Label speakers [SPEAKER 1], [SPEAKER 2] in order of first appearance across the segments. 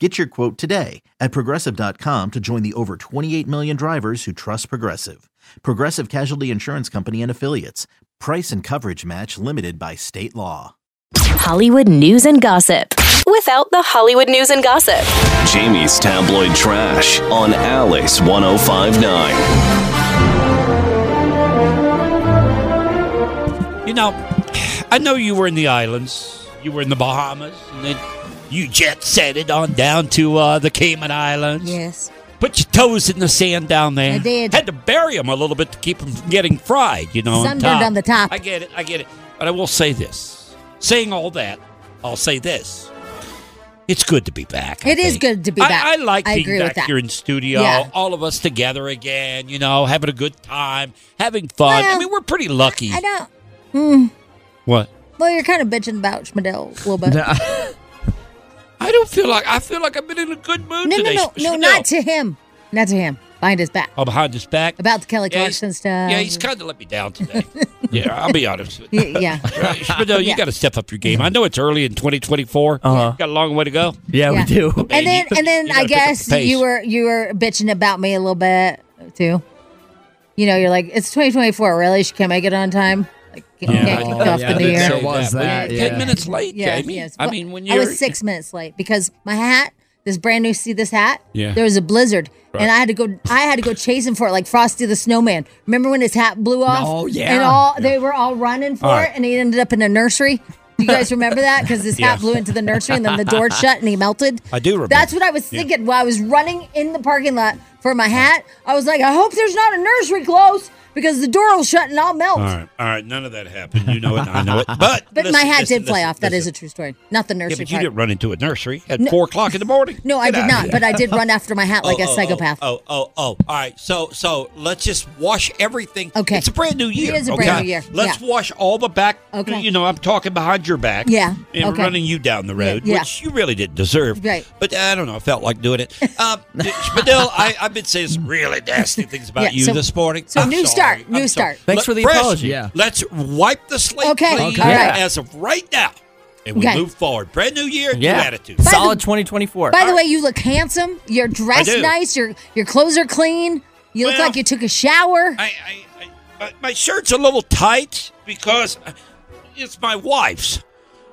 [SPEAKER 1] Get your quote today at progressive.com to join the over 28 million drivers who trust Progressive. Progressive Casualty Insurance Company and Affiliates. Price and coverage match limited by state law.
[SPEAKER 2] Hollywood news and gossip without the Hollywood news and gossip.
[SPEAKER 3] Jamie's tabloid trash on Alice 1059.
[SPEAKER 4] You know, I know you were in the islands, you were in the Bahamas, and then you jet set it on down to uh, the Cayman Islands.
[SPEAKER 5] Yes.
[SPEAKER 4] Put your toes in the sand down there.
[SPEAKER 5] I did.
[SPEAKER 4] Had to bury them a little bit to keep them from getting fried, you know.
[SPEAKER 5] Sunburned on the top.
[SPEAKER 4] I get it. I get it. But I will say this. Saying all that, I'll say this. It's good to be back. I
[SPEAKER 5] It is
[SPEAKER 4] think.
[SPEAKER 5] good to be
[SPEAKER 4] I-
[SPEAKER 5] back.
[SPEAKER 4] I, like
[SPEAKER 5] I
[SPEAKER 4] being
[SPEAKER 5] agree with
[SPEAKER 4] back
[SPEAKER 5] that.
[SPEAKER 4] here in studio.
[SPEAKER 5] Yeah.
[SPEAKER 4] All of us together again, you know, having a good time, having fun. I
[SPEAKER 5] Well,
[SPEAKER 4] mean, we're pretty lucky.
[SPEAKER 5] I don't. Mm,
[SPEAKER 4] what?
[SPEAKER 5] well, you're kind of bitching about Schmidl a little bit. No,
[SPEAKER 4] I don't feel like I feel like I've been in a good mood
[SPEAKER 5] no, no,
[SPEAKER 4] today.
[SPEAKER 5] no,
[SPEAKER 4] Chanel.
[SPEAKER 5] not to him. Not to him. Behind his back.
[SPEAKER 4] Oh, behind his back.
[SPEAKER 5] About um, the Kelly
[SPEAKER 4] Yeah, he's-
[SPEAKER 5] Clarkson stuff.
[SPEAKER 4] Yeah, he's kind of let me down today. yeah, I'll be honest. With you. Uh,
[SPEAKER 5] Y- yeah.
[SPEAKER 4] But no, you
[SPEAKER 5] Yeah.
[SPEAKER 4] got to step up your game. I know it's early in 2024.
[SPEAKER 6] Uh-huh.
[SPEAKER 4] Got a long way to go.
[SPEAKER 6] Yeah,
[SPEAKER 5] Yeah.
[SPEAKER 6] we do.
[SPEAKER 4] Hey,
[SPEAKER 5] And then,
[SPEAKER 4] you-
[SPEAKER 5] and then
[SPEAKER 4] you
[SPEAKER 5] I
[SPEAKER 4] gotta pick up
[SPEAKER 5] guess
[SPEAKER 4] the pace.
[SPEAKER 5] you were you were bitching about me a little bit too. You know, you're like, it's 2024. Really, she can't make it on time. Like, you
[SPEAKER 4] Yeah,
[SPEAKER 5] can't
[SPEAKER 4] I-
[SPEAKER 5] kick off
[SPEAKER 6] yeah,
[SPEAKER 5] the new
[SPEAKER 6] I did
[SPEAKER 5] year.
[SPEAKER 6] say
[SPEAKER 4] There was
[SPEAKER 6] that,
[SPEAKER 4] that.
[SPEAKER 6] but
[SPEAKER 4] Ten
[SPEAKER 6] yeah.
[SPEAKER 4] minutes late,
[SPEAKER 5] Yeah,
[SPEAKER 4] Jamie.
[SPEAKER 5] yes.
[SPEAKER 4] I
[SPEAKER 5] Well,
[SPEAKER 4] mean, when
[SPEAKER 5] I
[SPEAKER 4] you're
[SPEAKER 5] was six minutes late because my hat, this brand new, see this hat?
[SPEAKER 4] Yeah.
[SPEAKER 5] There was a blizzard, and I had to go. I had to go chasing for it, like Frosty the Snowman. Remember when his hat blew off?
[SPEAKER 6] Oh, yeah.
[SPEAKER 5] And all they were all running for
[SPEAKER 4] All right.
[SPEAKER 5] it, and he ended up in a nursery. Do you guys remember that? Because his
[SPEAKER 4] Yeah.
[SPEAKER 5] hat blew into the nursery, and then the door shut, and he melted.
[SPEAKER 4] I do remember.
[SPEAKER 5] That's what I was
[SPEAKER 4] Yeah.
[SPEAKER 5] thinking while I was running in the parking lot for my hat. I was like, I hope there's not a nursery close because the door will shut and I'll melt.
[SPEAKER 4] All right, all right. None of that happened. You know it. I know it. But
[SPEAKER 5] But my
[SPEAKER 4] listen,
[SPEAKER 5] hat
[SPEAKER 4] listen,
[SPEAKER 5] did fly
[SPEAKER 4] listen,
[SPEAKER 5] off. That is
[SPEAKER 4] listen.
[SPEAKER 5] a true story. Not the
[SPEAKER 4] Yeah,
[SPEAKER 5] nursery
[SPEAKER 4] but you
[SPEAKER 5] part.
[SPEAKER 4] didn't run into a nursery at four o'clock in the morning.
[SPEAKER 5] No, I
[SPEAKER 4] Get
[SPEAKER 5] did
[SPEAKER 4] out of
[SPEAKER 5] not.
[SPEAKER 4] here.
[SPEAKER 5] But I did run after my hat like a psychopath.
[SPEAKER 4] Oh, oh, oh. All right. So, so let's just wash everything.
[SPEAKER 5] Okay.
[SPEAKER 4] It's a brand new year.
[SPEAKER 5] is a brand
[SPEAKER 4] okay?
[SPEAKER 5] new year.
[SPEAKER 4] Let's
[SPEAKER 5] Yeah.
[SPEAKER 4] wash all the back.
[SPEAKER 5] Okay.
[SPEAKER 4] You know, I'm talking behind your back.
[SPEAKER 5] Yeah.
[SPEAKER 4] And
[SPEAKER 5] Okay.
[SPEAKER 4] running you down the road,
[SPEAKER 5] Yeah.
[SPEAKER 4] which you really didn't deserve.
[SPEAKER 5] Right.
[SPEAKER 4] But I don't know. I felt like doing it. Um, Spadil, I, I've been saying some really nasty things about
[SPEAKER 5] Yeah,
[SPEAKER 4] you
[SPEAKER 5] so-
[SPEAKER 4] this morning.
[SPEAKER 5] so
[SPEAKER 4] I'm
[SPEAKER 5] new
[SPEAKER 4] sorry.
[SPEAKER 5] start,
[SPEAKER 4] I'm sorry.
[SPEAKER 5] new start.
[SPEAKER 6] Thanks
[SPEAKER 4] Let-
[SPEAKER 6] for the
[SPEAKER 4] fresh,
[SPEAKER 6] apology. Yeah.
[SPEAKER 4] Let's wipe the slate
[SPEAKER 5] Okay,
[SPEAKER 4] clean
[SPEAKER 5] all right.
[SPEAKER 4] as of right now. And we
[SPEAKER 5] Okay.
[SPEAKER 4] move forward. Brand new year,
[SPEAKER 6] Yeah.
[SPEAKER 4] new attitude.
[SPEAKER 5] the-
[SPEAKER 6] Solid 2024.
[SPEAKER 5] By the way, you look handsome. You're dressed
[SPEAKER 4] do.
[SPEAKER 5] nice. Your your clothes are clean. You look
[SPEAKER 4] Well,
[SPEAKER 5] like you took a shower.
[SPEAKER 4] I, I, I my, my shirt's a little tight because it's my wife's.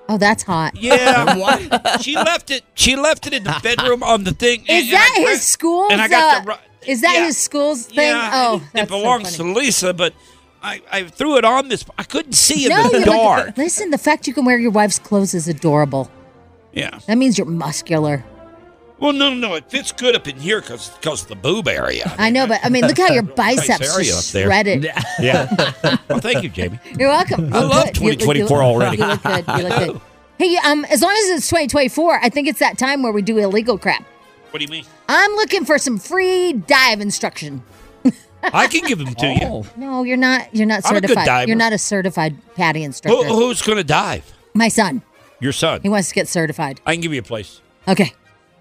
[SPEAKER 5] oh, that's hot.
[SPEAKER 4] Yeah, She left it. She left it in the bedroom on the thing. and-
[SPEAKER 5] Is that
[SPEAKER 4] and I-
[SPEAKER 5] his school's?
[SPEAKER 4] And I got
[SPEAKER 5] uh,
[SPEAKER 4] the. ru-
[SPEAKER 5] is that
[SPEAKER 4] yeah,
[SPEAKER 5] his school's thing?
[SPEAKER 4] yeah,
[SPEAKER 5] oh,
[SPEAKER 4] it
[SPEAKER 5] that's
[SPEAKER 4] belongs
[SPEAKER 5] so funny.
[SPEAKER 4] to Lisa, but I, I threw it on this. I couldn't see in
[SPEAKER 5] no,
[SPEAKER 4] the
[SPEAKER 5] you
[SPEAKER 4] dark.
[SPEAKER 5] Look, listen, the fact you can wear your wife's clothes is adorable.
[SPEAKER 4] yeah.
[SPEAKER 5] That means you're muscular.
[SPEAKER 4] Well, no, no, it fits good up in here because because the boob area.
[SPEAKER 5] I know, but I mean, look how your biceps
[SPEAKER 4] area
[SPEAKER 5] just
[SPEAKER 4] up there.
[SPEAKER 5] shredded.
[SPEAKER 4] yeah. well, thank you, Jamie.
[SPEAKER 5] You're welcome.
[SPEAKER 4] I
[SPEAKER 5] You
[SPEAKER 4] love
[SPEAKER 5] look good. You look- you
[SPEAKER 4] 2024
[SPEAKER 5] look-
[SPEAKER 4] already.
[SPEAKER 5] You look good. You look good. Hey, um, as long as it's 2024, I think it's that time where we do illegal crap.
[SPEAKER 4] What do you mean?
[SPEAKER 5] I'm looking for some free dive instruction.
[SPEAKER 4] I can give them to you.
[SPEAKER 5] No, you're not. You're not
[SPEAKER 4] I'm a good
[SPEAKER 5] certified.
[SPEAKER 4] diver.
[SPEAKER 5] You're not a certified patty
[SPEAKER 4] Who,
[SPEAKER 5] instructor.
[SPEAKER 4] who's going to dive?
[SPEAKER 5] My son.
[SPEAKER 4] Your son.
[SPEAKER 5] He wants to get certified.
[SPEAKER 4] I can give you a place.
[SPEAKER 5] Okay.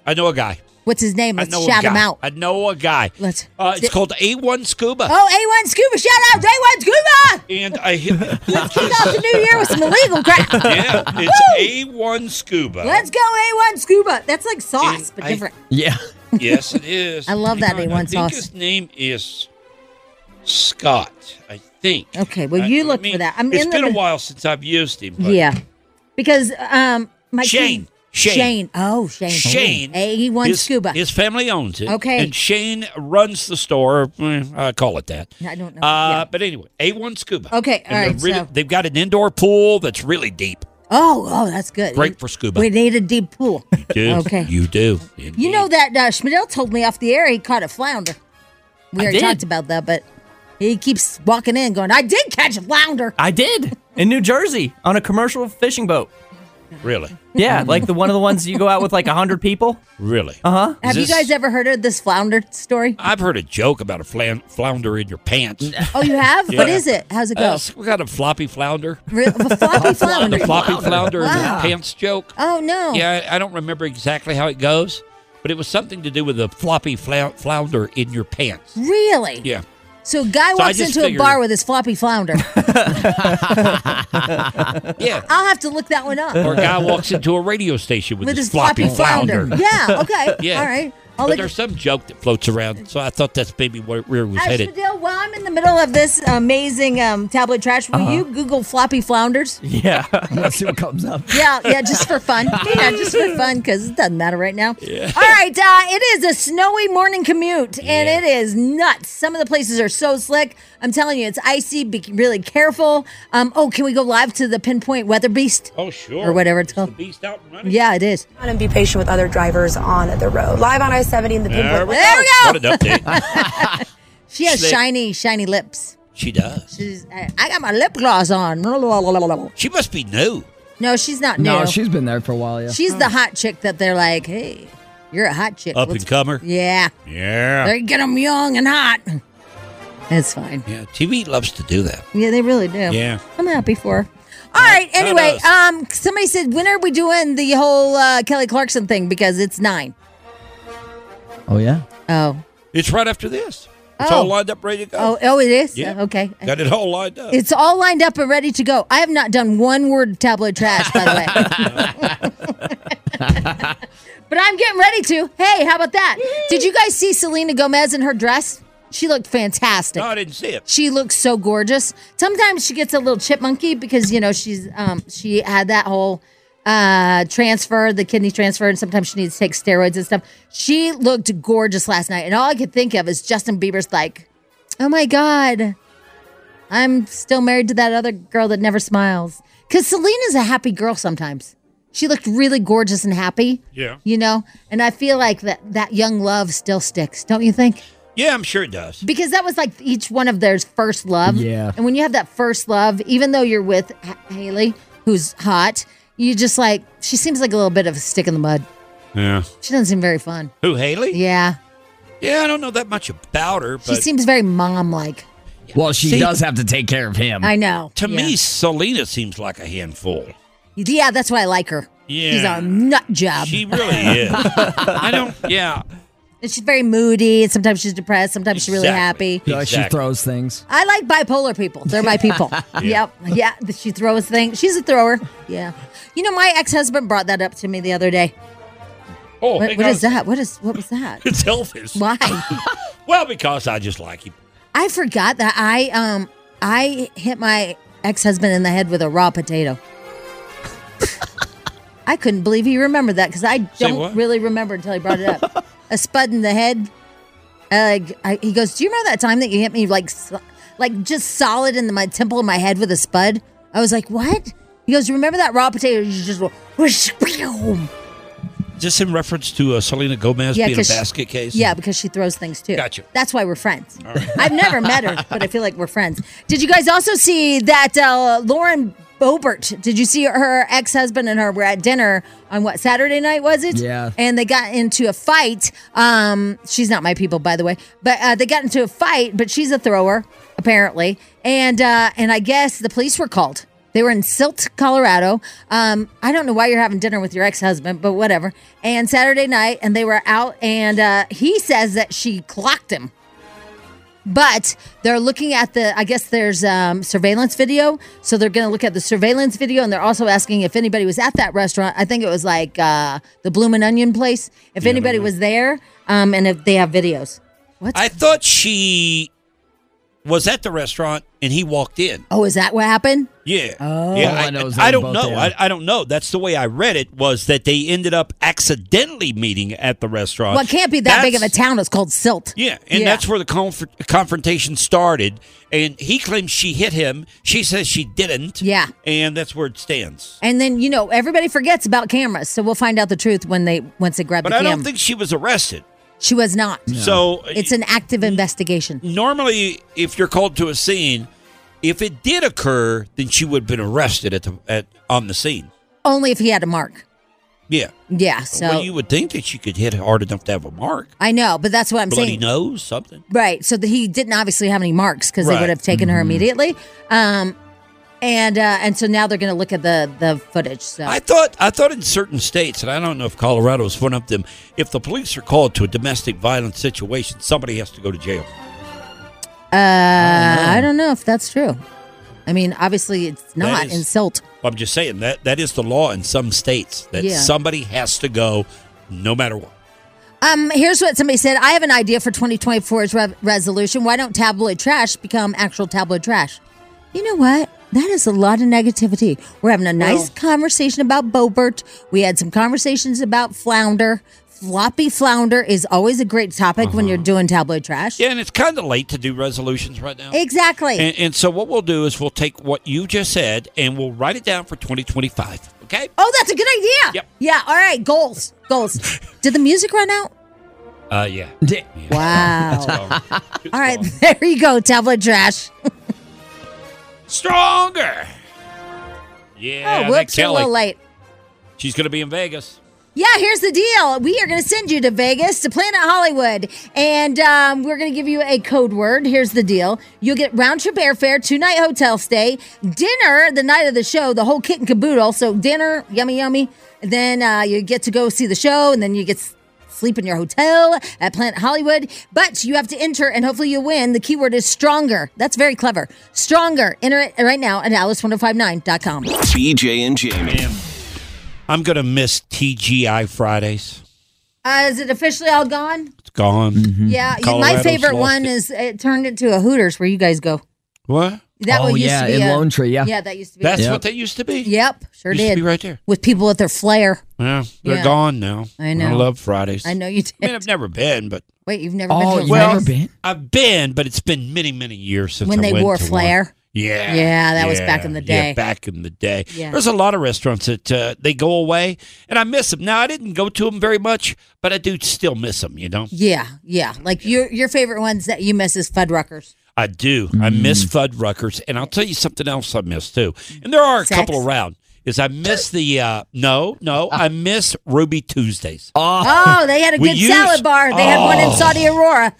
[SPEAKER 4] I know a guy.
[SPEAKER 5] What's his name?
[SPEAKER 4] I
[SPEAKER 5] Let's
[SPEAKER 4] know
[SPEAKER 5] shout
[SPEAKER 4] a guy.
[SPEAKER 5] him out.
[SPEAKER 4] I know a guy.
[SPEAKER 5] Let's-
[SPEAKER 4] Uh, it's called A1 Scuba.
[SPEAKER 5] Oh, A1 Scuba. Shout out A1 Scuba.
[SPEAKER 4] And I yeah,
[SPEAKER 5] Kick off the new year with some illegal crap.
[SPEAKER 4] it's A1 Scuba.
[SPEAKER 5] Let's go A1 Scuba. That's like sauce,
[SPEAKER 4] It-
[SPEAKER 5] but
[SPEAKER 4] I-
[SPEAKER 5] different.
[SPEAKER 6] Yeah.
[SPEAKER 4] Yes, it is.
[SPEAKER 5] I love that
[SPEAKER 4] Hang on,
[SPEAKER 5] A1
[SPEAKER 4] I
[SPEAKER 5] sauce.
[SPEAKER 4] think his name is Scott. I think.
[SPEAKER 5] Okay, well,
[SPEAKER 4] I-
[SPEAKER 5] you
[SPEAKER 4] I
[SPEAKER 5] look for
[SPEAKER 4] mean,
[SPEAKER 5] that. I'm
[SPEAKER 4] it's
[SPEAKER 5] in
[SPEAKER 4] been
[SPEAKER 5] the-
[SPEAKER 4] a while since I've used him. but-
[SPEAKER 5] Yeah, because um, my
[SPEAKER 4] Shane.
[SPEAKER 5] kid-
[SPEAKER 4] Shane.
[SPEAKER 5] Shane. Oh, Shane.
[SPEAKER 4] Shane.
[SPEAKER 5] Hey, he won
[SPEAKER 4] his,
[SPEAKER 5] scuba.
[SPEAKER 4] His family owns it.
[SPEAKER 5] Okay.
[SPEAKER 4] And Shane runs the store. Eh, I call it that.
[SPEAKER 5] I don't know.
[SPEAKER 4] Uh,
[SPEAKER 5] Yeah.
[SPEAKER 4] But anyway, A1 Scuba.
[SPEAKER 5] Okay,
[SPEAKER 4] And
[SPEAKER 5] all
[SPEAKER 4] they're
[SPEAKER 5] right,
[SPEAKER 4] really-
[SPEAKER 5] so-
[SPEAKER 4] They've got an indoor pool that's really deep.
[SPEAKER 5] Oh, oh, that's good.
[SPEAKER 4] Great for scuba.
[SPEAKER 5] We need a deep pool.
[SPEAKER 4] Do.
[SPEAKER 5] Okay.
[SPEAKER 4] You do.
[SPEAKER 5] You know that uh, Schmidl told me off the air he caught a flounder. We
[SPEAKER 6] I
[SPEAKER 5] already
[SPEAKER 6] did.
[SPEAKER 5] talked about that, but he keeps walking in going, I did catch a flounder.
[SPEAKER 6] I did in New Jersey on a commercial fishing boat.
[SPEAKER 4] Really?
[SPEAKER 6] Yeah,
[SPEAKER 5] Mm-hmm.
[SPEAKER 6] like the one of the ones you go out with like hundred people.
[SPEAKER 4] Really? Uh huh.
[SPEAKER 5] Have you guys ever heard of this flounder story?
[SPEAKER 4] I've heard a joke about a flan- flounder in your pants.
[SPEAKER 5] Oh, you have? What
[SPEAKER 4] Yeah.
[SPEAKER 5] is it? How's it go?
[SPEAKER 4] Uh, we got a floppy flounder.
[SPEAKER 5] Re- a floppy flounder.
[SPEAKER 4] The floppy flounder in your
[SPEAKER 5] Wow.
[SPEAKER 4] pants joke.
[SPEAKER 5] Oh, no.
[SPEAKER 4] Yeah, I, I don't remember exactly how it goes, but it was something to do with a floppy flou- flounder in your pants.
[SPEAKER 5] Really?
[SPEAKER 4] Yeah.
[SPEAKER 5] So a guy
[SPEAKER 4] I
[SPEAKER 5] walks
[SPEAKER 4] just
[SPEAKER 5] into a
[SPEAKER 4] figured-
[SPEAKER 5] bar with his floppy flounder.
[SPEAKER 4] Yeah.
[SPEAKER 5] I'll have to look that one up.
[SPEAKER 4] or a guy walks into a radio station with,
[SPEAKER 5] with
[SPEAKER 4] his floppy, flounder.
[SPEAKER 5] Yeah, okay.
[SPEAKER 4] Yeah.
[SPEAKER 5] All right. I'll
[SPEAKER 4] But
[SPEAKER 5] look
[SPEAKER 4] there's some joke that floats around, so I thought that's maybe where, where it was headed.
[SPEAKER 5] Asphodel, while I'm in the middle of this amazing um, tablet trash, will you Google floppy flounders?
[SPEAKER 6] Yeah,
[SPEAKER 7] Let's see what comes up.
[SPEAKER 5] Yeah, yeah, just for fun. Yeah, just for fun because it doesn't matter right now. All right, uh, it is a snowy morning commute and it is nuts. Some of the places are so slick. I'm telling you, it's icy. Be really careful. Um, oh, can we go live to the pinpoint weather beast?
[SPEAKER 4] Oh, sure.
[SPEAKER 5] Or whatever it's
[SPEAKER 4] the
[SPEAKER 5] called.
[SPEAKER 4] beast out and running.
[SPEAKER 5] Yeah, it is.
[SPEAKER 8] and be patient with other drivers on the road. Live on I 70 in the
[SPEAKER 4] There we
[SPEAKER 8] Pinpoint.
[SPEAKER 5] There we
[SPEAKER 4] go. What an update.
[SPEAKER 5] She has
[SPEAKER 4] Slick.
[SPEAKER 5] shiny, shiny lips.
[SPEAKER 4] she does.
[SPEAKER 5] She's, I I got my lip gloss on.
[SPEAKER 4] She must be new.
[SPEAKER 5] No, she's not new.
[SPEAKER 7] No, she's been there for a while. Yeah.
[SPEAKER 5] She's the hot chick that they're like, hey, you're a hot chick.
[SPEAKER 4] Up
[SPEAKER 5] Let's-
[SPEAKER 4] and comer.
[SPEAKER 5] Yeah.
[SPEAKER 4] Yeah.
[SPEAKER 5] They get them young and hot. It's fine.
[SPEAKER 4] Yeah. TV loves to do that.
[SPEAKER 5] Yeah, they really do.
[SPEAKER 4] Yeah.
[SPEAKER 5] I'm happy for her. All right.
[SPEAKER 4] not
[SPEAKER 5] Anyway,
[SPEAKER 4] us.
[SPEAKER 5] um, somebody said, when are we doing the whole uh, Kelly Clarkson thing? Because it's nine.
[SPEAKER 7] Oh yeah.
[SPEAKER 5] Oh.
[SPEAKER 4] It's right after this. It's
[SPEAKER 5] Oh.
[SPEAKER 4] all lined up, ready to go.
[SPEAKER 5] Oh, oh, it is?
[SPEAKER 4] Yeah.
[SPEAKER 5] Uh, Okay.
[SPEAKER 4] Got it all lined up.
[SPEAKER 5] It's all lined up and ready to go. I have not done one word of tabloid trash, by the way. but I'm getting ready to. Hey, how about that? Did you guys see Selena Gomez in her dress? She looked fantastic.
[SPEAKER 4] no, I didn't see it.
[SPEAKER 5] She looks so gorgeous. Sometimes she gets a little chipmunky because you know she's um she had that whole uh transfer, the kidney transfer, and sometimes she needs to take steroids and stuff. She looked gorgeous last night, and all I could think of is Justin Bieber's like, "Oh my god, I'm still married to that other girl that never smiles." Because Selena's a happy girl sometimes. She looked really gorgeous and happy.
[SPEAKER 4] Yeah.
[SPEAKER 5] You know, and I feel like that that young love still sticks, don't you think?
[SPEAKER 4] Yeah, I'm sure it does.
[SPEAKER 5] because that was like each one of their first love.
[SPEAKER 7] Yeah.
[SPEAKER 5] And when you have that first love, even though you're with H- Haley, who's hot, you just like she seems like a little bit of a stick in the mud.
[SPEAKER 4] Yeah.
[SPEAKER 5] She doesn't seem very fun.
[SPEAKER 4] Who, Haley?
[SPEAKER 5] Yeah,
[SPEAKER 4] Yeah, I don't know that much about her,
[SPEAKER 5] she
[SPEAKER 4] but
[SPEAKER 5] seems very mom like.
[SPEAKER 7] Well, she
[SPEAKER 4] See-
[SPEAKER 7] does have to take care of him.
[SPEAKER 5] I know.
[SPEAKER 4] to
[SPEAKER 5] yeah.
[SPEAKER 4] me, Selena seems like a handful.
[SPEAKER 5] yeah, that's why I like her.
[SPEAKER 4] Yeah.
[SPEAKER 5] She's a nut job.
[SPEAKER 4] She really is. I don't. Yeah.
[SPEAKER 5] And she's very moody. And sometimes she's depressed. Sometimes she's really
[SPEAKER 4] Exactly.
[SPEAKER 5] happy.
[SPEAKER 7] You know, She
[SPEAKER 4] Exactly.
[SPEAKER 7] throws things.
[SPEAKER 5] I like bipolar people. They're my people. Yep. Yeah. She throws things. She's a thrower. Yeah. You know, my ex husband brought that up to me the other day.
[SPEAKER 4] Oh,
[SPEAKER 5] What, what
[SPEAKER 4] because-
[SPEAKER 5] is that? What is what was that?
[SPEAKER 4] It's Elvis.
[SPEAKER 5] Why?
[SPEAKER 4] Well, because I just like him.
[SPEAKER 5] I forgot that I um I hit my ex husband in the head with a raw potato. I couldn't believe he remembered that because I
[SPEAKER 4] Say
[SPEAKER 5] don't
[SPEAKER 4] what?
[SPEAKER 5] really remember until he brought it up. a spud in the head. Uh, like I, he goes, "Do you remember that time that you hit me like so- like just solid in the, my temple of my head with a spud?" I was like, "What?" He goes, "Remember that raw potato? You just went, whoosh, pew."
[SPEAKER 4] Just in reference to uh, Selena Gomez
[SPEAKER 5] Yeah,
[SPEAKER 4] being a
[SPEAKER 5] 'cause she-
[SPEAKER 4] basket case.
[SPEAKER 5] Yeah, because she throws things too.
[SPEAKER 4] Gotcha.
[SPEAKER 5] That's why we're friends. I've never met her, but I feel like we're friends. Did you guys also see that uh, Lauren Bobert? Did you see her ex husband and her were at dinner on what Saturday night was it?
[SPEAKER 7] Yeah.
[SPEAKER 5] And they got into a fight. Um, she's not my people, by the way, but uh, they got into a fight. But she's a thrower apparently, and uh, and I guess the police were called. They were in Silt, Colorado. Um, I don't know why you're having dinner with your ex husband, but whatever. And Saturday night, and they were out, and uh, he says that she clocked him. But they're looking at the, I guess there's um, surveillance video. So they're going to look at the surveillance video and they're also asking if anybody was at that restaurant. I think it was like uh, the Bloomin' Onion place. If anybody was there um, and if they have videos.
[SPEAKER 4] I thought she was at the restaurant and he walked in.
[SPEAKER 5] Oh, is that what happened?
[SPEAKER 4] Yeah.
[SPEAKER 5] Oh.
[SPEAKER 4] yeah,
[SPEAKER 7] All
[SPEAKER 4] I,
[SPEAKER 7] I know is
[SPEAKER 4] I
[SPEAKER 7] they
[SPEAKER 4] don't
[SPEAKER 7] both
[SPEAKER 4] know.
[SPEAKER 7] had
[SPEAKER 4] I,
[SPEAKER 7] them.
[SPEAKER 4] I don't know. That's the way I read it was that they ended up accidentally meeting at the restaurant.
[SPEAKER 5] Well, it can't be that big of a
[SPEAKER 4] That's-
[SPEAKER 5] town. It's called Silt.
[SPEAKER 4] Yeah, and
[SPEAKER 5] Yeah.
[SPEAKER 4] that's where the conf- confrontation started. And he claims she hit him. She says she didn't.
[SPEAKER 5] Yeah.
[SPEAKER 4] And that's where it stands.
[SPEAKER 5] And then you know everybody forgets about cameras, so we'll find out the truth when they once they grab
[SPEAKER 4] But
[SPEAKER 5] the
[SPEAKER 4] I
[SPEAKER 5] camera.
[SPEAKER 4] don't think she was arrested.
[SPEAKER 5] she was not.
[SPEAKER 4] So
[SPEAKER 5] It's an active investigation.
[SPEAKER 4] normally if you're called to a scene, if it did occur, then she would have been arrested at the at on the scene.
[SPEAKER 5] Only if he had a mark.
[SPEAKER 4] Yeah.
[SPEAKER 5] Yeah. So
[SPEAKER 4] well, you would think that she could hit hard enough to have a mark.
[SPEAKER 5] I know, but that's what I'm
[SPEAKER 4] Bloody
[SPEAKER 5] saying.
[SPEAKER 4] nose, something.
[SPEAKER 5] Right. So that he didn't obviously have any marks because
[SPEAKER 4] Right.
[SPEAKER 5] they would have taken her immediately. Um, and uh, and so now they're going to look at the the footage. So
[SPEAKER 4] I thought I thought in certain states, and I don't know if Colorado's one of them, if the police are called to a domestic violence situation, somebody has to go to jail.
[SPEAKER 5] uh, I don't know if that's true. I mean, obviously it's not
[SPEAKER 4] is-
[SPEAKER 5] insult.
[SPEAKER 4] I'm just saying that that is the law in some states that
[SPEAKER 5] Yeah.
[SPEAKER 4] somebody has to go no matter what.
[SPEAKER 5] Um, here's what somebody said. I have an idea for 2024's re- resolution. Why don't tabloid trash become actual tabloid trash? You know what? That is a lot of negativity. We're having a nice conversation about Bobert. We had some conversations about flounder. Floppy flounder is always a great topic when you're doing tabloid trash.
[SPEAKER 4] Uh-huh. Yeah, and it's kind of late to do resolutions right now.
[SPEAKER 5] Exactly.
[SPEAKER 4] And, and so what we'll do is we'll take what you just said and we'll write it down for 2025. Okay.
[SPEAKER 5] oh, that's a good idea.
[SPEAKER 4] Yep.
[SPEAKER 5] Yeah. All right. Goals. Goals. Did the music run out?
[SPEAKER 4] Uh, yeah.
[SPEAKER 5] Wow.
[SPEAKER 4] All
[SPEAKER 5] all right. There you go. Tabloid trash.
[SPEAKER 4] Stronger. Yeah.
[SPEAKER 5] oh,
[SPEAKER 4] that
[SPEAKER 5] whoops. A
[SPEAKER 4] Kelly.
[SPEAKER 5] little late.
[SPEAKER 4] She's going to be in Vegas.
[SPEAKER 5] Yeah, here's the deal. We are going to send you to Vegas to Planet Hollywood, and um, we're going to give you a code word. Here's the deal: you'll get round trip airfare, two night hotel stay, dinner the night of the show, the whole kit and caboodle. So dinner, yummy, yummy. Then uh, you get to go see the show, and then you get s- sleep in your hotel at Planet Hollywood. But you have to enter, and hopefully you win. The keyword is stronger. That's very clever. Stronger. Enter it right now at alice1059.com.
[SPEAKER 3] BJ and Jamie.
[SPEAKER 4] I'm going to miss TGI Fridays.
[SPEAKER 5] Uh, is it officially all gone?
[SPEAKER 4] It's gone.
[SPEAKER 5] Yeah, you- my
[SPEAKER 4] Colorado's
[SPEAKER 5] favorite
[SPEAKER 4] lost
[SPEAKER 5] one
[SPEAKER 4] it.
[SPEAKER 5] is it turned into a Hooters where you guys go.
[SPEAKER 4] What?
[SPEAKER 5] That
[SPEAKER 7] oh,
[SPEAKER 5] one used
[SPEAKER 7] yeah,
[SPEAKER 5] to be
[SPEAKER 7] in
[SPEAKER 5] a,
[SPEAKER 7] Lone Tree. Yeah.
[SPEAKER 5] Yeah, that used to be.
[SPEAKER 4] That's
[SPEAKER 7] Yep.
[SPEAKER 4] what they used to be.
[SPEAKER 5] yep, sure
[SPEAKER 4] used
[SPEAKER 5] did.
[SPEAKER 4] to be right there.
[SPEAKER 5] With people with their flair.
[SPEAKER 4] Yeah. They're
[SPEAKER 5] Yeah.
[SPEAKER 4] gone now.
[SPEAKER 5] I know.
[SPEAKER 4] I love Fridays.
[SPEAKER 5] I know
[SPEAKER 4] I
[SPEAKER 5] you
[SPEAKER 4] mean,
[SPEAKER 5] did.
[SPEAKER 4] I've never been, but
[SPEAKER 5] Wait, you've never
[SPEAKER 7] Oh,
[SPEAKER 5] been
[SPEAKER 7] you've
[SPEAKER 5] to a
[SPEAKER 7] never
[SPEAKER 5] Hooters?
[SPEAKER 7] been?
[SPEAKER 4] I've been, but it's been many, many years since
[SPEAKER 5] when
[SPEAKER 4] I
[SPEAKER 5] they
[SPEAKER 4] went
[SPEAKER 5] wore
[SPEAKER 4] to one.
[SPEAKER 5] flair.
[SPEAKER 4] Yeah,
[SPEAKER 5] Yeah, that was back in the
[SPEAKER 4] Yeah,
[SPEAKER 5] day.
[SPEAKER 4] back in the day.
[SPEAKER 5] Yeah.
[SPEAKER 4] There's a lot of restaurants that uh, they go away, and I miss them. Now I didn't go to them very much, but I do still miss them. You know,
[SPEAKER 5] Yeah, yeah. Like your your favorite ones that you miss is Fuddruckers.
[SPEAKER 4] I do. I miss Fuddruckers, and I'll tell you something else I miss too. And there are a
[SPEAKER 5] Sex?
[SPEAKER 4] couple around. Is I miss the uh, no, no, I miss Ruby Tuesdays.
[SPEAKER 5] Oh, they had a
[SPEAKER 4] We
[SPEAKER 5] good
[SPEAKER 4] used-
[SPEAKER 5] salad bar. They had one in
[SPEAKER 4] Oh.
[SPEAKER 5] Saudi Aurora,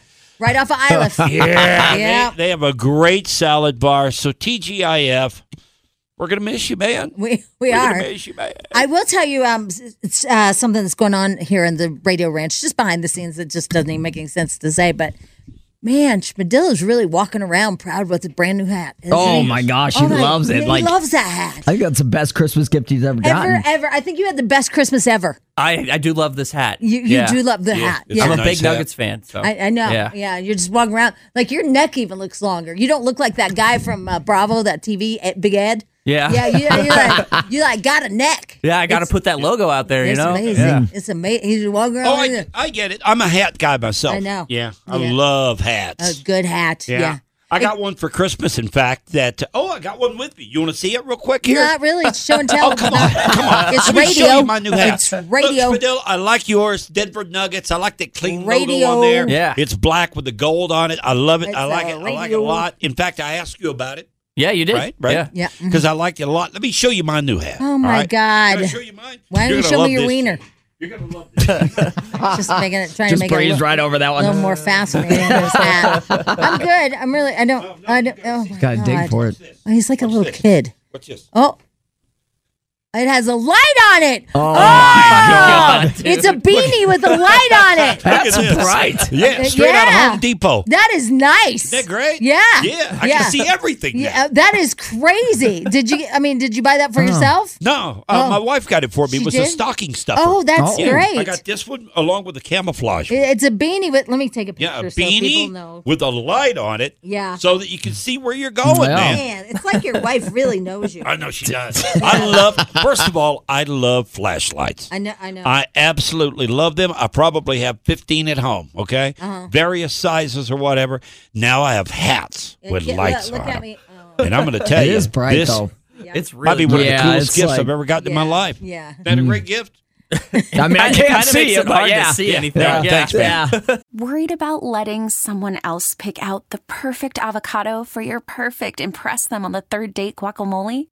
[SPEAKER 5] right off of Isla.
[SPEAKER 4] Yeah,
[SPEAKER 5] Yeah.
[SPEAKER 4] They, they have a great salad bar. So TGIF, we're gonna miss you, man.
[SPEAKER 5] we we
[SPEAKER 4] We're
[SPEAKER 5] are.
[SPEAKER 4] gonna miss you, man.
[SPEAKER 5] I will tell you um, s- s- uh, something that's going on here in the Radio Ranch, just behind the scenes that just doesn't even make any sense to say. But man, Schmadilla's really walking around proud with a brand new hat. isn't
[SPEAKER 7] Oh
[SPEAKER 5] he?
[SPEAKER 7] my gosh, he
[SPEAKER 5] Oh my-
[SPEAKER 7] loves it.
[SPEAKER 5] He
[SPEAKER 7] Like
[SPEAKER 5] loves that hat.
[SPEAKER 7] I think that's the best Christmas gift he's ever gotten.
[SPEAKER 5] Ever, ever. I think you had the best Christmas ever.
[SPEAKER 6] I, I do love this hat.
[SPEAKER 5] You, you
[SPEAKER 6] Yeah.
[SPEAKER 5] do love the
[SPEAKER 4] Yeah,
[SPEAKER 5] hat.
[SPEAKER 4] it's
[SPEAKER 6] I'm
[SPEAKER 5] Yeah.
[SPEAKER 6] a
[SPEAKER 4] Nice
[SPEAKER 6] big
[SPEAKER 4] hat.
[SPEAKER 6] Nuggets fan. So
[SPEAKER 5] I, I know. Yeah.
[SPEAKER 6] Yeah.
[SPEAKER 5] you're just walking around. Like your neck even looks longer. You don't look like that guy from uh, Bravo, that TV, Ed- Big Ed.
[SPEAKER 6] Yeah.
[SPEAKER 5] Yeah, you, you like you like got a neck.
[SPEAKER 6] Yeah, I got to put that logo out there. You
[SPEAKER 5] It's
[SPEAKER 6] know.
[SPEAKER 5] amazing.
[SPEAKER 6] Yeah.
[SPEAKER 5] It's amazing. He's walking around.
[SPEAKER 4] Oh,
[SPEAKER 5] with
[SPEAKER 4] I,
[SPEAKER 5] it.
[SPEAKER 4] I get it. I'm a hat guy myself.
[SPEAKER 5] I know.
[SPEAKER 4] Yeah, I
[SPEAKER 5] Yeah.
[SPEAKER 4] love
[SPEAKER 5] A
[SPEAKER 4] hats.
[SPEAKER 5] good hat. Yeah.
[SPEAKER 4] I got one for Christmas, in fact, that, oh, I got one with me. You want to see it real quick here?
[SPEAKER 5] Not really. It's show and tell.
[SPEAKER 4] Oh, come on. Come on.
[SPEAKER 5] It's
[SPEAKER 4] Let me
[SPEAKER 5] radio.
[SPEAKER 4] show you my new hat.
[SPEAKER 5] It's radio.
[SPEAKER 4] Look, Spadil, I like yours. Denver Nuggets. I like the clean
[SPEAKER 5] Radio.
[SPEAKER 4] logo on there.
[SPEAKER 6] Yeah.
[SPEAKER 4] It's black with the gold on it. I love it.
[SPEAKER 5] It's
[SPEAKER 4] I like it. I
[SPEAKER 5] a
[SPEAKER 4] like it a
[SPEAKER 5] radio.
[SPEAKER 4] lot. In fact, I asked you about it,
[SPEAKER 6] Yeah, you did.
[SPEAKER 4] right? Right?
[SPEAKER 6] Yeah.
[SPEAKER 5] Yeah. mhm.
[SPEAKER 4] Because I liked it a lot. Let me show you my new hat.
[SPEAKER 5] Oh,
[SPEAKER 4] all
[SPEAKER 5] my
[SPEAKER 4] right?
[SPEAKER 5] God.
[SPEAKER 4] Can I show you mine?
[SPEAKER 5] Why don't
[SPEAKER 4] You're
[SPEAKER 5] you
[SPEAKER 4] gonna
[SPEAKER 5] show
[SPEAKER 4] love
[SPEAKER 5] me your
[SPEAKER 4] this.
[SPEAKER 5] wiener?
[SPEAKER 4] You're going to love this.
[SPEAKER 5] Just making it, trying
[SPEAKER 7] Just
[SPEAKER 5] to make it a
[SPEAKER 7] breeze
[SPEAKER 5] little,
[SPEAKER 7] right over that one.
[SPEAKER 5] little more fascinating. than his hat. I'm good. I'm really. I don't. I don't. Oh my
[SPEAKER 7] Gotta dig
[SPEAKER 5] God.
[SPEAKER 7] for it.
[SPEAKER 5] Oh, He's like a little kid.
[SPEAKER 4] What's this?
[SPEAKER 5] Oh, It has a light on it.
[SPEAKER 7] Oh,
[SPEAKER 4] my God,
[SPEAKER 5] it's a beanie with a light on it.
[SPEAKER 4] That's
[SPEAKER 6] bright.
[SPEAKER 4] Yeah, straight out
[SPEAKER 5] Uh, Yeah.
[SPEAKER 4] of Home Depot.
[SPEAKER 5] That is nice.
[SPEAKER 4] Isn't that great?
[SPEAKER 5] Yeah.
[SPEAKER 4] Yeah, I
[SPEAKER 5] Yeah.
[SPEAKER 4] can see everything. now.
[SPEAKER 5] Yeah, uh, that is crazy. did you? I mean, did you buy that for yourself?
[SPEAKER 4] No, uh,
[SPEAKER 5] Oh.
[SPEAKER 4] my wife got it for me.
[SPEAKER 5] She
[SPEAKER 4] It was a
[SPEAKER 5] did?
[SPEAKER 4] stocking stuffer.
[SPEAKER 5] Oh, that's
[SPEAKER 7] Oh.
[SPEAKER 5] great.
[SPEAKER 4] I got this one along with the camouflage.
[SPEAKER 5] It- It's a beanie with. Let me take a picture.
[SPEAKER 4] yeah, a
[SPEAKER 5] so people
[SPEAKER 4] beanie
[SPEAKER 5] know.
[SPEAKER 4] with a light on it.
[SPEAKER 5] Yeah.
[SPEAKER 4] So that you can see where you're going,
[SPEAKER 7] Wow.
[SPEAKER 4] man.
[SPEAKER 9] Man, it's like your wife really knows you.
[SPEAKER 4] I know she does. I love, first of all, I love flashlights.
[SPEAKER 5] I know. I know.
[SPEAKER 4] I absolutely love them. I probably have 15 at home, okay?
[SPEAKER 5] Uh-huh.
[SPEAKER 4] Various sizes or whatever. Now I have hats
[SPEAKER 5] Yeah,
[SPEAKER 4] with
[SPEAKER 5] get-
[SPEAKER 4] lights
[SPEAKER 5] look,
[SPEAKER 4] on
[SPEAKER 5] look at
[SPEAKER 4] them.
[SPEAKER 5] me. Oh,
[SPEAKER 4] And I'm going to tell
[SPEAKER 7] It
[SPEAKER 4] you,
[SPEAKER 7] is bright
[SPEAKER 4] this
[SPEAKER 7] though.
[SPEAKER 6] It's
[SPEAKER 4] probably
[SPEAKER 6] really
[SPEAKER 4] one of the
[SPEAKER 7] Yeah,
[SPEAKER 4] coolest
[SPEAKER 7] it's
[SPEAKER 4] gifts
[SPEAKER 7] like- Mm.
[SPEAKER 4] I've ever gotten in my
[SPEAKER 5] yeah,
[SPEAKER 4] life.
[SPEAKER 5] Yeah.
[SPEAKER 4] Isn't that a great gift?
[SPEAKER 7] I mean, I can't
[SPEAKER 6] It kinda
[SPEAKER 7] see it,
[SPEAKER 6] makes it hard
[SPEAKER 7] but
[SPEAKER 6] to
[SPEAKER 7] yeah.
[SPEAKER 6] see
[SPEAKER 7] yeah.
[SPEAKER 6] anything.
[SPEAKER 7] Yeah.
[SPEAKER 6] Yeah.
[SPEAKER 4] Thanks, man.
[SPEAKER 7] Yeah.
[SPEAKER 10] Worried about letting someone else pick out the perfect avocado for your perfect impress them on the third date guacamole?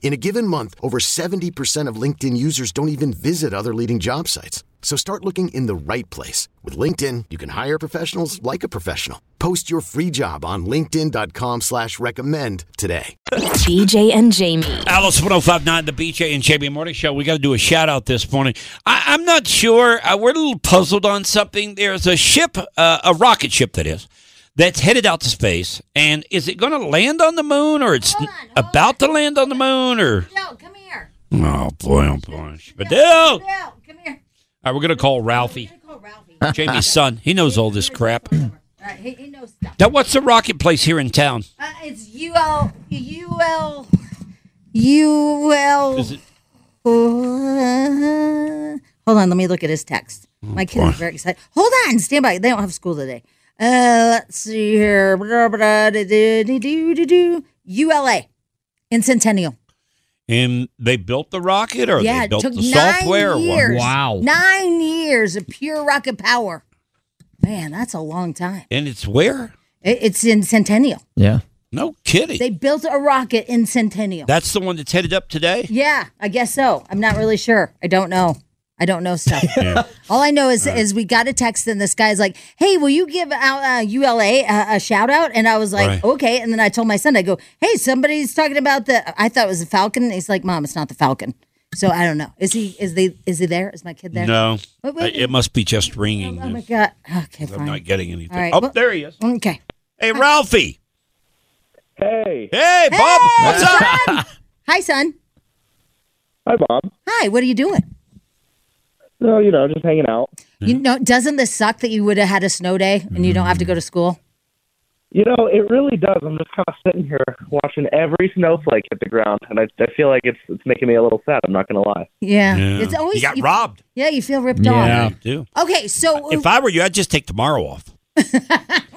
[SPEAKER 11] In a given month, over 70% of LinkedIn users don't even visit other leading job sites. So start looking in the right place. With LinkedIn, you can hire professionals like a professional. Post your free job on linkedin.com/recommend slash recommend today.
[SPEAKER 2] BJ and Jamie.
[SPEAKER 4] Alice 1059, the BJ and JB Morning Show. We got to do a shout out this morning. I, I'm not sure. Uh, we're a little puzzled on something. There's a ship, uh, a rocket ship that is, that's headed out to space. And is it going to land on the moon or it's
[SPEAKER 5] Hold on, hold
[SPEAKER 4] about to land on the moon or.
[SPEAKER 5] Joe, come here.
[SPEAKER 4] Oh, boy, oh, boy. Spadil! All
[SPEAKER 5] Joe, come here.
[SPEAKER 4] right, we're going to call Ralphie,
[SPEAKER 5] I'm gonna call Ralphie.
[SPEAKER 4] Jamie's son. He knows all this crap.
[SPEAKER 5] All right, he, he knows stuff.
[SPEAKER 4] Now, what's the rocket place here in town?
[SPEAKER 5] Uh, it's UL UL UL.
[SPEAKER 4] Is it-
[SPEAKER 5] Uh, hold on, let me look at his text.
[SPEAKER 4] Oh,
[SPEAKER 5] My kids are very excited. Hold on, stand by. They don't have school today. Uh, let's see here. Blah, blah, da, da, da, do, do, do. ULA in Centennial.
[SPEAKER 4] And they built the rocket or
[SPEAKER 5] yeah,
[SPEAKER 4] they
[SPEAKER 5] it
[SPEAKER 4] built
[SPEAKER 5] took
[SPEAKER 4] the
[SPEAKER 5] nine
[SPEAKER 4] software or what?
[SPEAKER 5] years.
[SPEAKER 7] Wow.
[SPEAKER 5] nine years of pure rocket power. Man, that's a long time.
[SPEAKER 4] And it's where?
[SPEAKER 5] It- It's in Centennial.
[SPEAKER 7] Yeah.
[SPEAKER 4] No kidding.
[SPEAKER 5] They built a rocket in Centennial.
[SPEAKER 4] That's the one that's headed up today?
[SPEAKER 5] Yeah, I guess so. I'm not really sure. I don't know. I don't know stuff. All I know is is we got a text and this guy's like, "Hey, will you give out uh, ULA a, a shout out?" And I was like,
[SPEAKER 4] Right.
[SPEAKER 5] "Okay." And then I told my son, I go, "Hey, somebody's talking about the." I thought it was the Falcon. And he's like, "Mom, it's not the Falcon." So I don't know. Is he? Is they? Is he there? Is my kid there?
[SPEAKER 4] No.
[SPEAKER 5] Wait, wait,
[SPEAKER 4] It must be just ringing.
[SPEAKER 5] Oh my god. Okay,
[SPEAKER 4] I'm not
[SPEAKER 5] fine.
[SPEAKER 4] getting anything.
[SPEAKER 5] All right,
[SPEAKER 4] Oh,
[SPEAKER 5] well-
[SPEAKER 4] there he is.
[SPEAKER 5] Okay.
[SPEAKER 4] Hey, Ralphie.
[SPEAKER 11] Hey,
[SPEAKER 4] Hey, Bob. What's up?
[SPEAKER 5] Hi, son.
[SPEAKER 11] hi Bob.
[SPEAKER 5] Hi. What are you doing?
[SPEAKER 11] No, you know, just hanging out.
[SPEAKER 5] You
[SPEAKER 4] Hmm?
[SPEAKER 5] know, doesn't this suck that you would have had a snow day and you don't have to go to
[SPEAKER 4] Hmm.
[SPEAKER 5] school?
[SPEAKER 11] You know, it really does. I'm just kind of sitting here watching every snowflake hit the ground, and I, I feel like it's it's making me a little sad. I'm not gonna lie.
[SPEAKER 5] Yeah.
[SPEAKER 4] Yeah.
[SPEAKER 5] It's always
[SPEAKER 4] you got
[SPEAKER 5] you- Oh.
[SPEAKER 4] robbed.
[SPEAKER 5] Yeah, you feel ripped
[SPEAKER 4] I
[SPEAKER 7] Yeah.
[SPEAKER 4] do.
[SPEAKER 5] off. Okay, so
[SPEAKER 4] If I were you, I'd just take tomorrow off.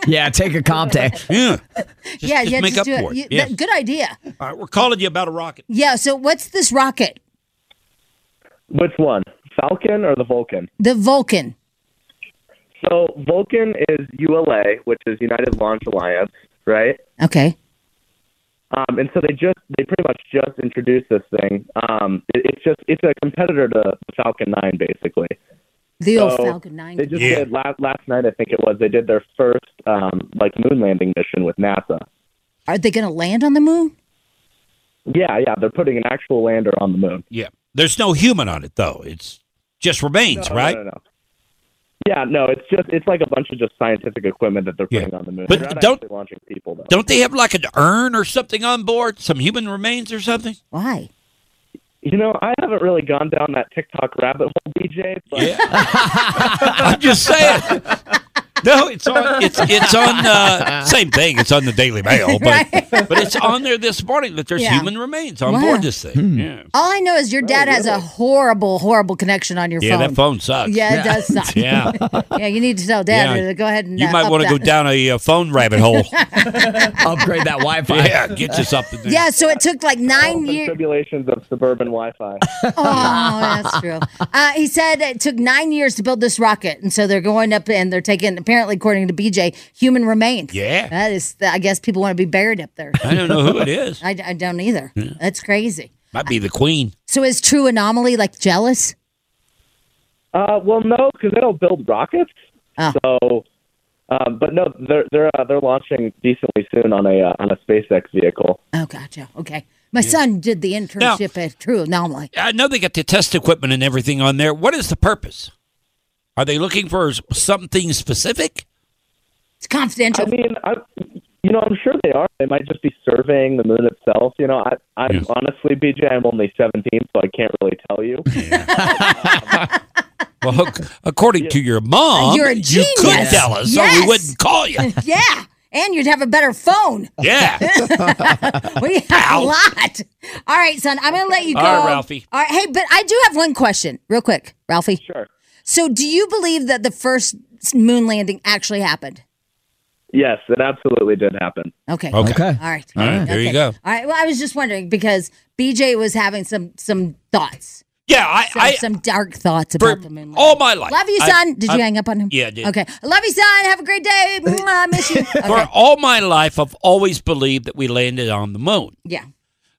[SPEAKER 7] Yeah. Take a comp day.
[SPEAKER 4] Yeah. Just,
[SPEAKER 5] yeah,
[SPEAKER 4] just
[SPEAKER 5] yeah,
[SPEAKER 4] make
[SPEAKER 5] just
[SPEAKER 4] up
[SPEAKER 5] do
[SPEAKER 4] for it.
[SPEAKER 5] You-
[SPEAKER 4] Yes.
[SPEAKER 5] that- good idea.
[SPEAKER 4] All right, we're calling you about a rocket.
[SPEAKER 5] Yeah. So what's this rocket?
[SPEAKER 11] Which one, Falcon or the Vulcan?
[SPEAKER 5] The Vulcan.
[SPEAKER 11] So Vulcan is ULA, which is United Launch Alliance, right?
[SPEAKER 5] Okay.
[SPEAKER 11] Um, and so they just they pretty much just introduced this thing. Um, it, it's just it's a competitor to Falcon 9, basically.
[SPEAKER 5] The old
[SPEAKER 11] So,
[SPEAKER 5] Falcon Nine.
[SPEAKER 11] They just
[SPEAKER 4] Yeah.
[SPEAKER 11] did last last night, I think it was. They did their first um, like moon landing mission with NASA.
[SPEAKER 5] Are they going to land on the moon?
[SPEAKER 12] Yeah, yeah, they're putting an actual lander on the moon.
[SPEAKER 4] Yeah. There's no human on it though. It's just remains,
[SPEAKER 12] No,
[SPEAKER 4] right?
[SPEAKER 12] No, no, no. Yeah, no, it's just it's like a bunch of just scientific equipment that they're putting on the moon.
[SPEAKER 4] But
[SPEAKER 12] They're not
[SPEAKER 4] don't-
[SPEAKER 12] actually launching people though.
[SPEAKER 4] Don't they have like an urn or something on board? Some human remains or something?
[SPEAKER 5] Why?
[SPEAKER 12] You know, I haven't really gone down that TikTok rabbit hole, BJ. But
[SPEAKER 4] I'm just saying. No, it's on. It's it's on. Uh, same thing. It's on the Daily Mail, but but it's on there this morning that there's
[SPEAKER 5] Yeah.
[SPEAKER 4] human remains on
[SPEAKER 5] Wow. Hmm.
[SPEAKER 4] board this thing. Yeah,
[SPEAKER 5] All I know is
[SPEAKER 11] Oh,
[SPEAKER 5] your dad has a horrible, horrible connection on your
[SPEAKER 4] yeah,
[SPEAKER 5] phone.
[SPEAKER 4] that phone sucks.
[SPEAKER 5] Yeah, it does suck.
[SPEAKER 4] Yeah,
[SPEAKER 5] yeah, you need to tell dad
[SPEAKER 4] Yeah.
[SPEAKER 5] to go ahead and
[SPEAKER 4] you
[SPEAKER 5] uh,
[SPEAKER 4] might
[SPEAKER 5] up
[SPEAKER 4] want to go
[SPEAKER 5] that.
[SPEAKER 4] down a uh, phone rabbit hole.
[SPEAKER 7] Upgrade that Wi-Fi.
[SPEAKER 4] Yeah, get you something. there.
[SPEAKER 5] Yeah, so it took like nine
[SPEAKER 12] Oh,
[SPEAKER 5] years.
[SPEAKER 12] tribulations of suburban Wi-Fi.
[SPEAKER 5] Oh, that's true. Uh, he said it took nine years to build this rocket, and so they're going up and they're taking, apparently, according to BJ, human remains.
[SPEAKER 4] Yeah.
[SPEAKER 5] that is. I guess people want to be buried up there.
[SPEAKER 4] I don't know who it is.
[SPEAKER 5] I, I don't either.
[SPEAKER 4] Yeah.
[SPEAKER 5] That's crazy.
[SPEAKER 4] Might be the queen.
[SPEAKER 5] So is True Anomaly like jealous?
[SPEAKER 12] Uh, well, no, because they don't build rockets. So, um, but no, they're they're uh, they're launching decently soon on a uh, on a SpaceX vehicle.
[SPEAKER 5] Oh, gotcha. Okay, my son did the internship at True Anomaly.
[SPEAKER 4] I know they got the test equipment and everything on there. What is the purpose? Are they looking for something specific?
[SPEAKER 5] It's confidential.
[SPEAKER 12] I mean, I, you know, I'm sure they are. They might just be surveying the moon itself. You know, I, I'm honestly, BJ, I'm only 17, so I can't really tell you.
[SPEAKER 4] Well, ac- according to your mom,
[SPEAKER 5] Uh, You're a
[SPEAKER 4] you could
[SPEAKER 5] genius.
[SPEAKER 4] tell us, so
[SPEAKER 5] Yes.
[SPEAKER 4] we wouldn't call you.
[SPEAKER 5] yeah, and you'd have a better phone.
[SPEAKER 4] Yeah.
[SPEAKER 5] We have a lot. All right, son. I'm going to let you go.
[SPEAKER 4] All right, Ralphie.
[SPEAKER 5] All right. Hey, but I do have one question, real quick, Ralphie.
[SPEAKER 12] Sure.
[SPEAKER 5] So, do you believe that the first moon landing actually happened?
[SPEAKER 12] Yes, it absolutely did happen.
[SPEAKER 4] Okay.
[SPEAKER 5] Okay. All right.
[SPEAKER 4] All right, there you go.
[SPEAKER 5] All right. Well, I was just wondering because BJ was having some some thoughts,
[SPEAKER 4] Yeah, I,
[SPEAKER 5] some,
[SPEAKER 4] I
[SPEAKER 5] some dark thoughts
[SPEAKER 4] for
[SPEAKER 5] about the moon.
[SPEAKER 4] all my life.
[SPEAKER 5] Love you,
[SPEAKER 4] I-
[SPEAKER 5] son. did you
[SPEAKER 4] I-
[SPEAKER 5] hang up on him?
[SPEAKER 4] Yeah, I did.
[SPEAKER 5] Okay. I love you, son. Have a great day. Mwah, I miss you.
[SPEAKER 4] For
[SPEAKER 5] Okay.
[SPEAKER 4] all my life, I've always believed that we landed on the moon,
[SPEAKER 5] Yeah.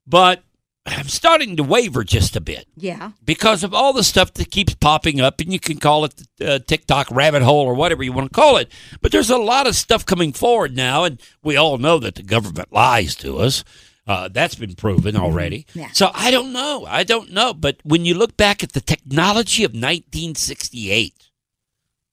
[SPEAKER 4] but I'm starting to waver just a bit
[SPEAKER 5] Yeah.
[SPEAKER 4] because of all the stuff that keeps popping up, and you can call it the uh, TikTok rabbit hole or whatever you want to call it. But there's a lot of stuff coming forward now, and we all know that the government lies to us. Uh, that's been proven already.
[SPEAKER 5] Mm-hmm. Yeah.
[SPEAKER 4] So I don't know. I don't know. But when you look back at the technology of 1968,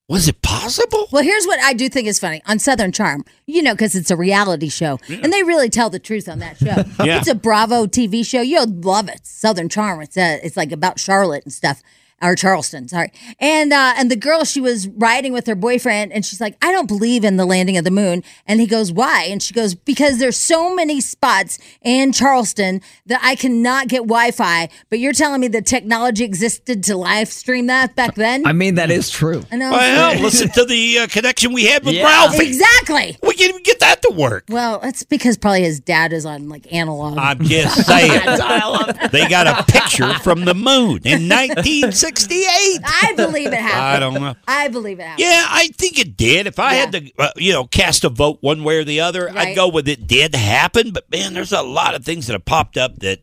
[SPEAKER 4] was it possible?
[SPEAKER 5] Well, here's what I do think is funny on Southern Charm, you know, because it's a reality show and they really tell the truth on that show.
[SPEAKER 4] Yeah.
[SPEAKER 5] It's a Bravo TV show. You'll love it. Southern Charm. It's a, it's like about Charlotte and stuff or Charleston, sorry. And uh, and the girl she was riding with her boyfriend and she's like, "I don't believe in the landing of the moon." And he goes, "Why?" And she goes, "Because there's so many spots in Charleston that I cannot get Wi-Fi, but you're telling me the technology existed to live stream that back then?"
[SPEAKER 7] I mean, that is true.
[SPEAKER 5] I know.
[SPEAKER 4] Well, listen to the uh, connection we had with
[SPEAKER 7] Yeah.
[SPEAKER 4] Ralphie.
[SPEAKER 5] Exactly.
[SPEAKER 4] We can even get that to work.
[SPEAKER 5] Well, that's because probably his dad is on like analog.
[SPEAKER 4] I'm just saying. they got a picture from the moon in 1968.
[SPEAKER 5] I believe it happened.
[SPEAKER 4] I don't know.
[SPEAKER 5] I believe it happened.
[SPEAKER 4] Yeah, I think it did. If I had to, uh, you know, cast a vote one way or the other, I'd
[SPEAKER 5] Right.
[SPEAKER 4] go with it did happen. But man, there's a lot of things that have popped up that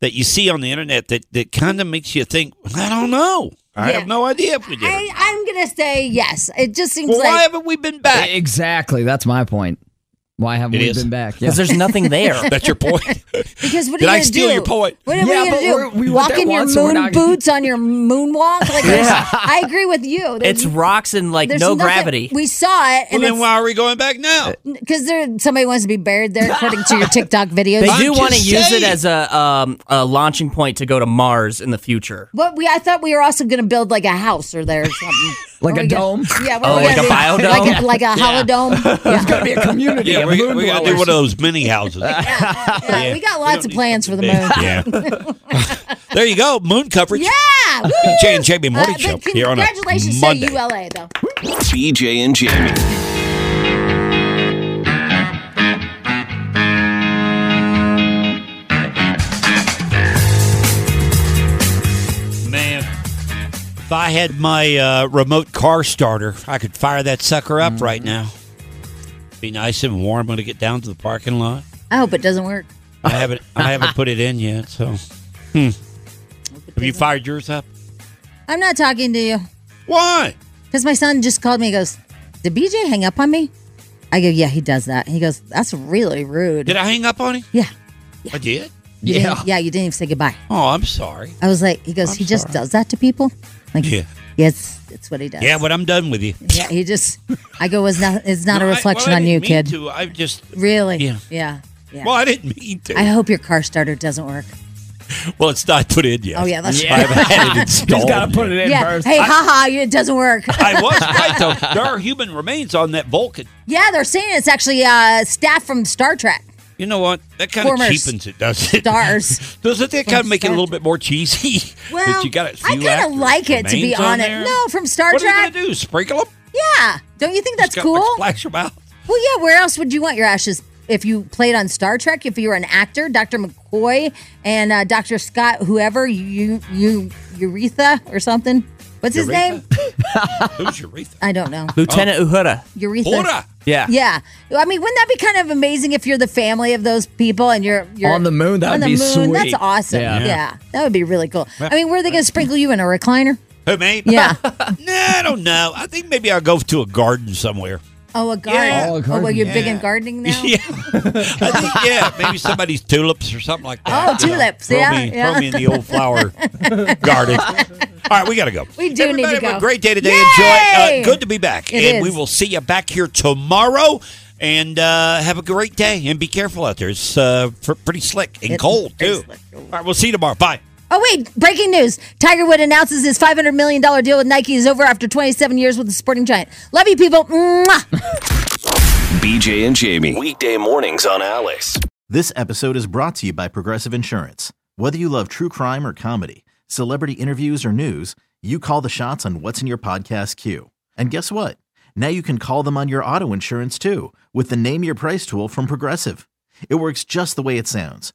[SPEAKER 4] that you see on the internet that that kind of makes you think. I don't know. I
[SPEAKER 5] Yeah.
[SPEAKER 4] have no idea if we did.
[SPEAKER 5] I, I'm gonna say yes. It just seems
[SPEAKER 4] well, why
[SPEAKER 5] like
[SPEAKER 4] haven't we been back?
[SPEAKER 7] Exactly. That's my point. Why haven't
[SPEAKER 4] It
[SPEAKER 7] we
[SPEAKER 4] is.
[SPEAKER 7] been back? Yeah.
[SPEAKER 6] Because there's nothing there.
[SPEAKER 4] That's your point.
[SPEAKER 5] because what
[SPEAKER 4] Did
[SPEAKER 5] are you
[SPEAKER 4] I
[SPEAKER 5] gonna
[SPEAKER 4] steal
[SPEAKER 5] do?
[SPEAKER 4] your point?
[SPEAKER 5] What are we
[SPEAKER 7] Yeah,
[SPEAKER 5] gonna
[SPEAKER 7] but
[SPEAKER 5] do?
[SPEAKER 7] we're- we went
[SPEAKER 5] Walk
[SPEAKER 7] there
[SPEAKER 5] in your
[SPEAKER 7] once, so we're
[SPEAKER 5] moon
[SPEAKER 7] not gonna-
[SPEAKER 5] boots on your moonwalk? Like there's- I agree with you. There's-
[SPEAKER 6] It's rocks and like
[SPEAKER 5] there's
[SPEAKER 6] no
[SPEAKER 5] nothing-
[SPEAKER 6] gravity.
[SPEAKER 5] We saw it,
[SPEAKER 4] well,
[SPEAKER 5] and
[SPEAKER 4] then why are we going back now?
[SPEAKER 5] because there somebody wants to be buried there, according to your TikTok videos.
[SPEAKER 6] They
[SPEAKER 4] I'm
[SPEAKER 6] do want to
[SPEAKER 4] just
[SPEAKER 6] use it
[SPEAKER 4] saying.
[SPEAKER 6] as a um, a launching point to go to Mars in the future.
[SPEAKER 5] But we, I thought we were also going to build like a house or there or something.
[SPEAKER 7] Like
[SPEAKER 5] What
[SPEAKER 7] a
[SPEAKER 5] are we gonna-
[SPEAKER 7] dome?
[SPEAKER 5] Yeah, what
[SPEAKER 6] Oh,
[SPEAKER 5] are we
[SPEAKER 6] like
[SPEAKER 5] gonna
[SPEAKER 6] a
[SPEAKER 5] do? Like
[SPEAKER 6] biodome?
[SPEAKER 5] a, like a holodome. Yeah.
[SPEAKER 7] It's gonna be a community.
[SPEAKER 4] Yeah,
[SPEAKER 7] of
[SPEAKER 4] we,
[SPEAKER 7] moon
[SPEAKER 4] we gotta do
[SPEAKER 7] dwellers.
[SPEAKER 4] one of those mini houses.
[SPEAKER 5] Yeah, we got lots of plans for the moon.
[SPEAKER 4] yeah. there you go. Moon coverage.
[SPEAKER 5] Yeah. woo!
[SPEAKER 4] Jay and JB Morning
[SPEAKER 5] Uh,
[SPEAKER 4] Show
[SPEAKER 5] but
[SPEAKER 4] here on a
[SPEAKER 5] Congratulations
[SPEAKER 4] Monday.
[SPEAKER 5] to uh, ULA, though.
[SPEAKER 3] BJ and Jamie.
[SPEAKER 4] Man, if I had my uh, remote car starter, I could fire that sucker up right now. Be nice and warm when I get down to the parking lot.
[SPEAKER 5] I hope it Oh, doesn't work.
[SPEAKER 4] I haven't, I haven't put it in yet. So, hmm. have you fired yours up?
[SPEAKER 5] I'm not talking to you
[SPEAKER 4] Why?
[SPEAKER 5] because my son just called me and goes, Did BJ hang up on me? I go, yeah, he does that. He goes, that's really rude.
[SPEAKER 4] Did I hang up on him?
[SPEAKER 5] Yeah.
[SPEAKER 4] I did.
[SPEAKER 5] You didn't- yeah, you didn't even say goodbye.
[SPEAKER 4] Oh, I'm sorry.
[SPEAKER 5] I was like, he goes, he just does that to people. Like,
[SPEAKER 4] Yeah.
[SPEAKER 5] yes, it's what he does.
[SPEAKER 4] Yeah, but I'm done with you.
[SPEAKER 5] Yeah, he just. I go, it's not. It's not
[SPEAKER 4] No, I-
[SPEAKER 5] a reflection
[SPEAKER 4] well, I
[SPEAKER 5] on you,
[SPEAKER 4] didn't mean to.
[SPEAKER 5] kid.
[SPEAKER 4] I just.
[SPEAKER 5] Really?
[SPEAKER 4] Yeah.
[SPEAKER 5] Yeah. Yeah.
[SPEAKER 4] Well, I didn't mean to.
[SPEAKER 5] I hope your car starter doesn't work.
[SPEAKER 4] Well, it's not put in yet.
[SPEAKER 5] Oh, yeah, that's-
[SPEAKER 4] I haven't had it installed.
[SPEAKER 6] gotta put it
[SPEAKER 5] yeah. Hey, haha, it doesn't work.
[SPEAKER 4] I was right though. There are human remains on that Vulcan.
[SPEAKER 5] yeah, they're saying it's actually uh, staff from Star Trek.
[SPEAKER 4] You know what? That kind of
[SPEAKER 5] Former
[SPEAKER 4] cheapens it, doesn't it?
[SPEAKER 5] stars.
[SPEAKER 4] doesn't that kind of make it a little bit more cheesy?
[SPEAKER 5] Well,
[SPEAKER 4] that you got a
[SPEAKER 5] I
[SPEAKER 4] few
[SPEAKER 5] kind
[SPEAKER 4] actors'
[SPEAKER 5] of like it to be
[SPEAKER 4] remains on
[SPEAKER 5] honest.
[SPEAKER 4] there?
[SPEAKER 5] No, from Star
[SPEAKER 4] what are you
[SPEAKER 5] Trek.
[SPEAKER 4] gonna do? Sprinkle them?
[SPEAKER 5] Yeah, don't you think that's
[SPEAKER 4] Just
[SPEAKER 5] cool?
[SPEAKER 4] Splash them out.
[SPEAKER 5] Well, yeah. Where else would you want your ashes? If you played on Star Trek, if you were an actor, Dr. McCoy and uh, Dr. Scott, whoever you you Uretha or something. What's his
[SPEAKER 6] Uretha?
[SPEAKER 5] name?
[SPEAKER 4] Who's Uretha?
[SPEAKER 5] I don't know.
[SPEAKER 6] Lieutenant Uhura.
[SPEAKER 5] Uretha.
[SPEAKER 6] Yeah.
[SPEAKER 5] Yeah. I mean, wouldn't that be kind of amazing if you're the family of those people and you're, you're
[SPEAKER 7] On the moon, that'd
[SPEAKER 5] on the
[SPEAKER 7] be
[SPEAKER 5] moon? That's
[SPEAKER 7] sweet.
[SPEAKER 5] awesome.
[SPEAKER 7] Yeah.
[SPEAKER 5] Yeah.
[SPEAKER 7] Yeah.
[SPEAKER 5] That would be really cool.
[SPEAKER 4] Yeah.
[SPEAKER 5] I mean, where are they going to sprinkle you in a recliner?
[SPEAKER 4] Who me?
[SPEAKER 5] Yeah.
[SPEAKER 4] nah, I don't know. I think maybe I'll go to a garden somewhere.
[SPEAKER 5] Oh, a garden.
[SPEAKER 4] Yeah. Oh,
[SPEAKER 5] Oh,
[SPEAKER 4] a garden,
[SPEAKER 5] well, you're big
[SPEAKER 4] yeah.
[SPEAKER 5] in gardening now?
[SPEAKER 4] Yeah. I think, yeah, maybe somebody's tulips or something like that.
[SPEAKER 5] Oh,
[SPEAKER 4] you know.
[SPEAKER 5] tulips,
[SPEAKER 4] Throw
[SPEAKER 5] yeah,
[SPEAKER 4] Me,
[SPEAKER 5] yeah.
[SPEAKER 4] Throw me in the old flower garden. All right, we got to go.
[SPEAKER 5] We do
[SPEAKER 4] Everybody,
[SPEAKER 5] need to
[SPEAKER 4] have
[SPEAKER 5] go.
[SPEAKER 4] a great day today.
[SPEAKER 5] Yay!
[SPEAKER 4] Enjoy. Uh, good to be back.
[SPEAKER 5] It
[SPEAKER 4] and
[SPEAKER 5] is.
[SPEAKER 4] we will see you back here tomorrow. And uh, have a great day. And be careful out there. It's uh, pr- pretty slick and
[SPEAKER 5] It's
[SPEAKER 4] cold, too. All right, we'll see you tomorrow. Bye.
[SPEAKER 5] Oh, wait. Breaking news. Tiger Woods announces his $500 million deal with Nike is over after 27 years with the sporting giant. Love you, people. Mwah.
[SPEAKER 3] BJ and Jamie. Weekday mornings on Alice.
[SPEAKER 1] This episode is brought to you by Progressive Insurance. Whether you love true crime or comedy, celebrity interviews or news, you call the shots on what's in your podcast queue. And guess what? Now you can call them on your auto insurance too with the Name Your Price tool from Progressive. It works just the way it sounds.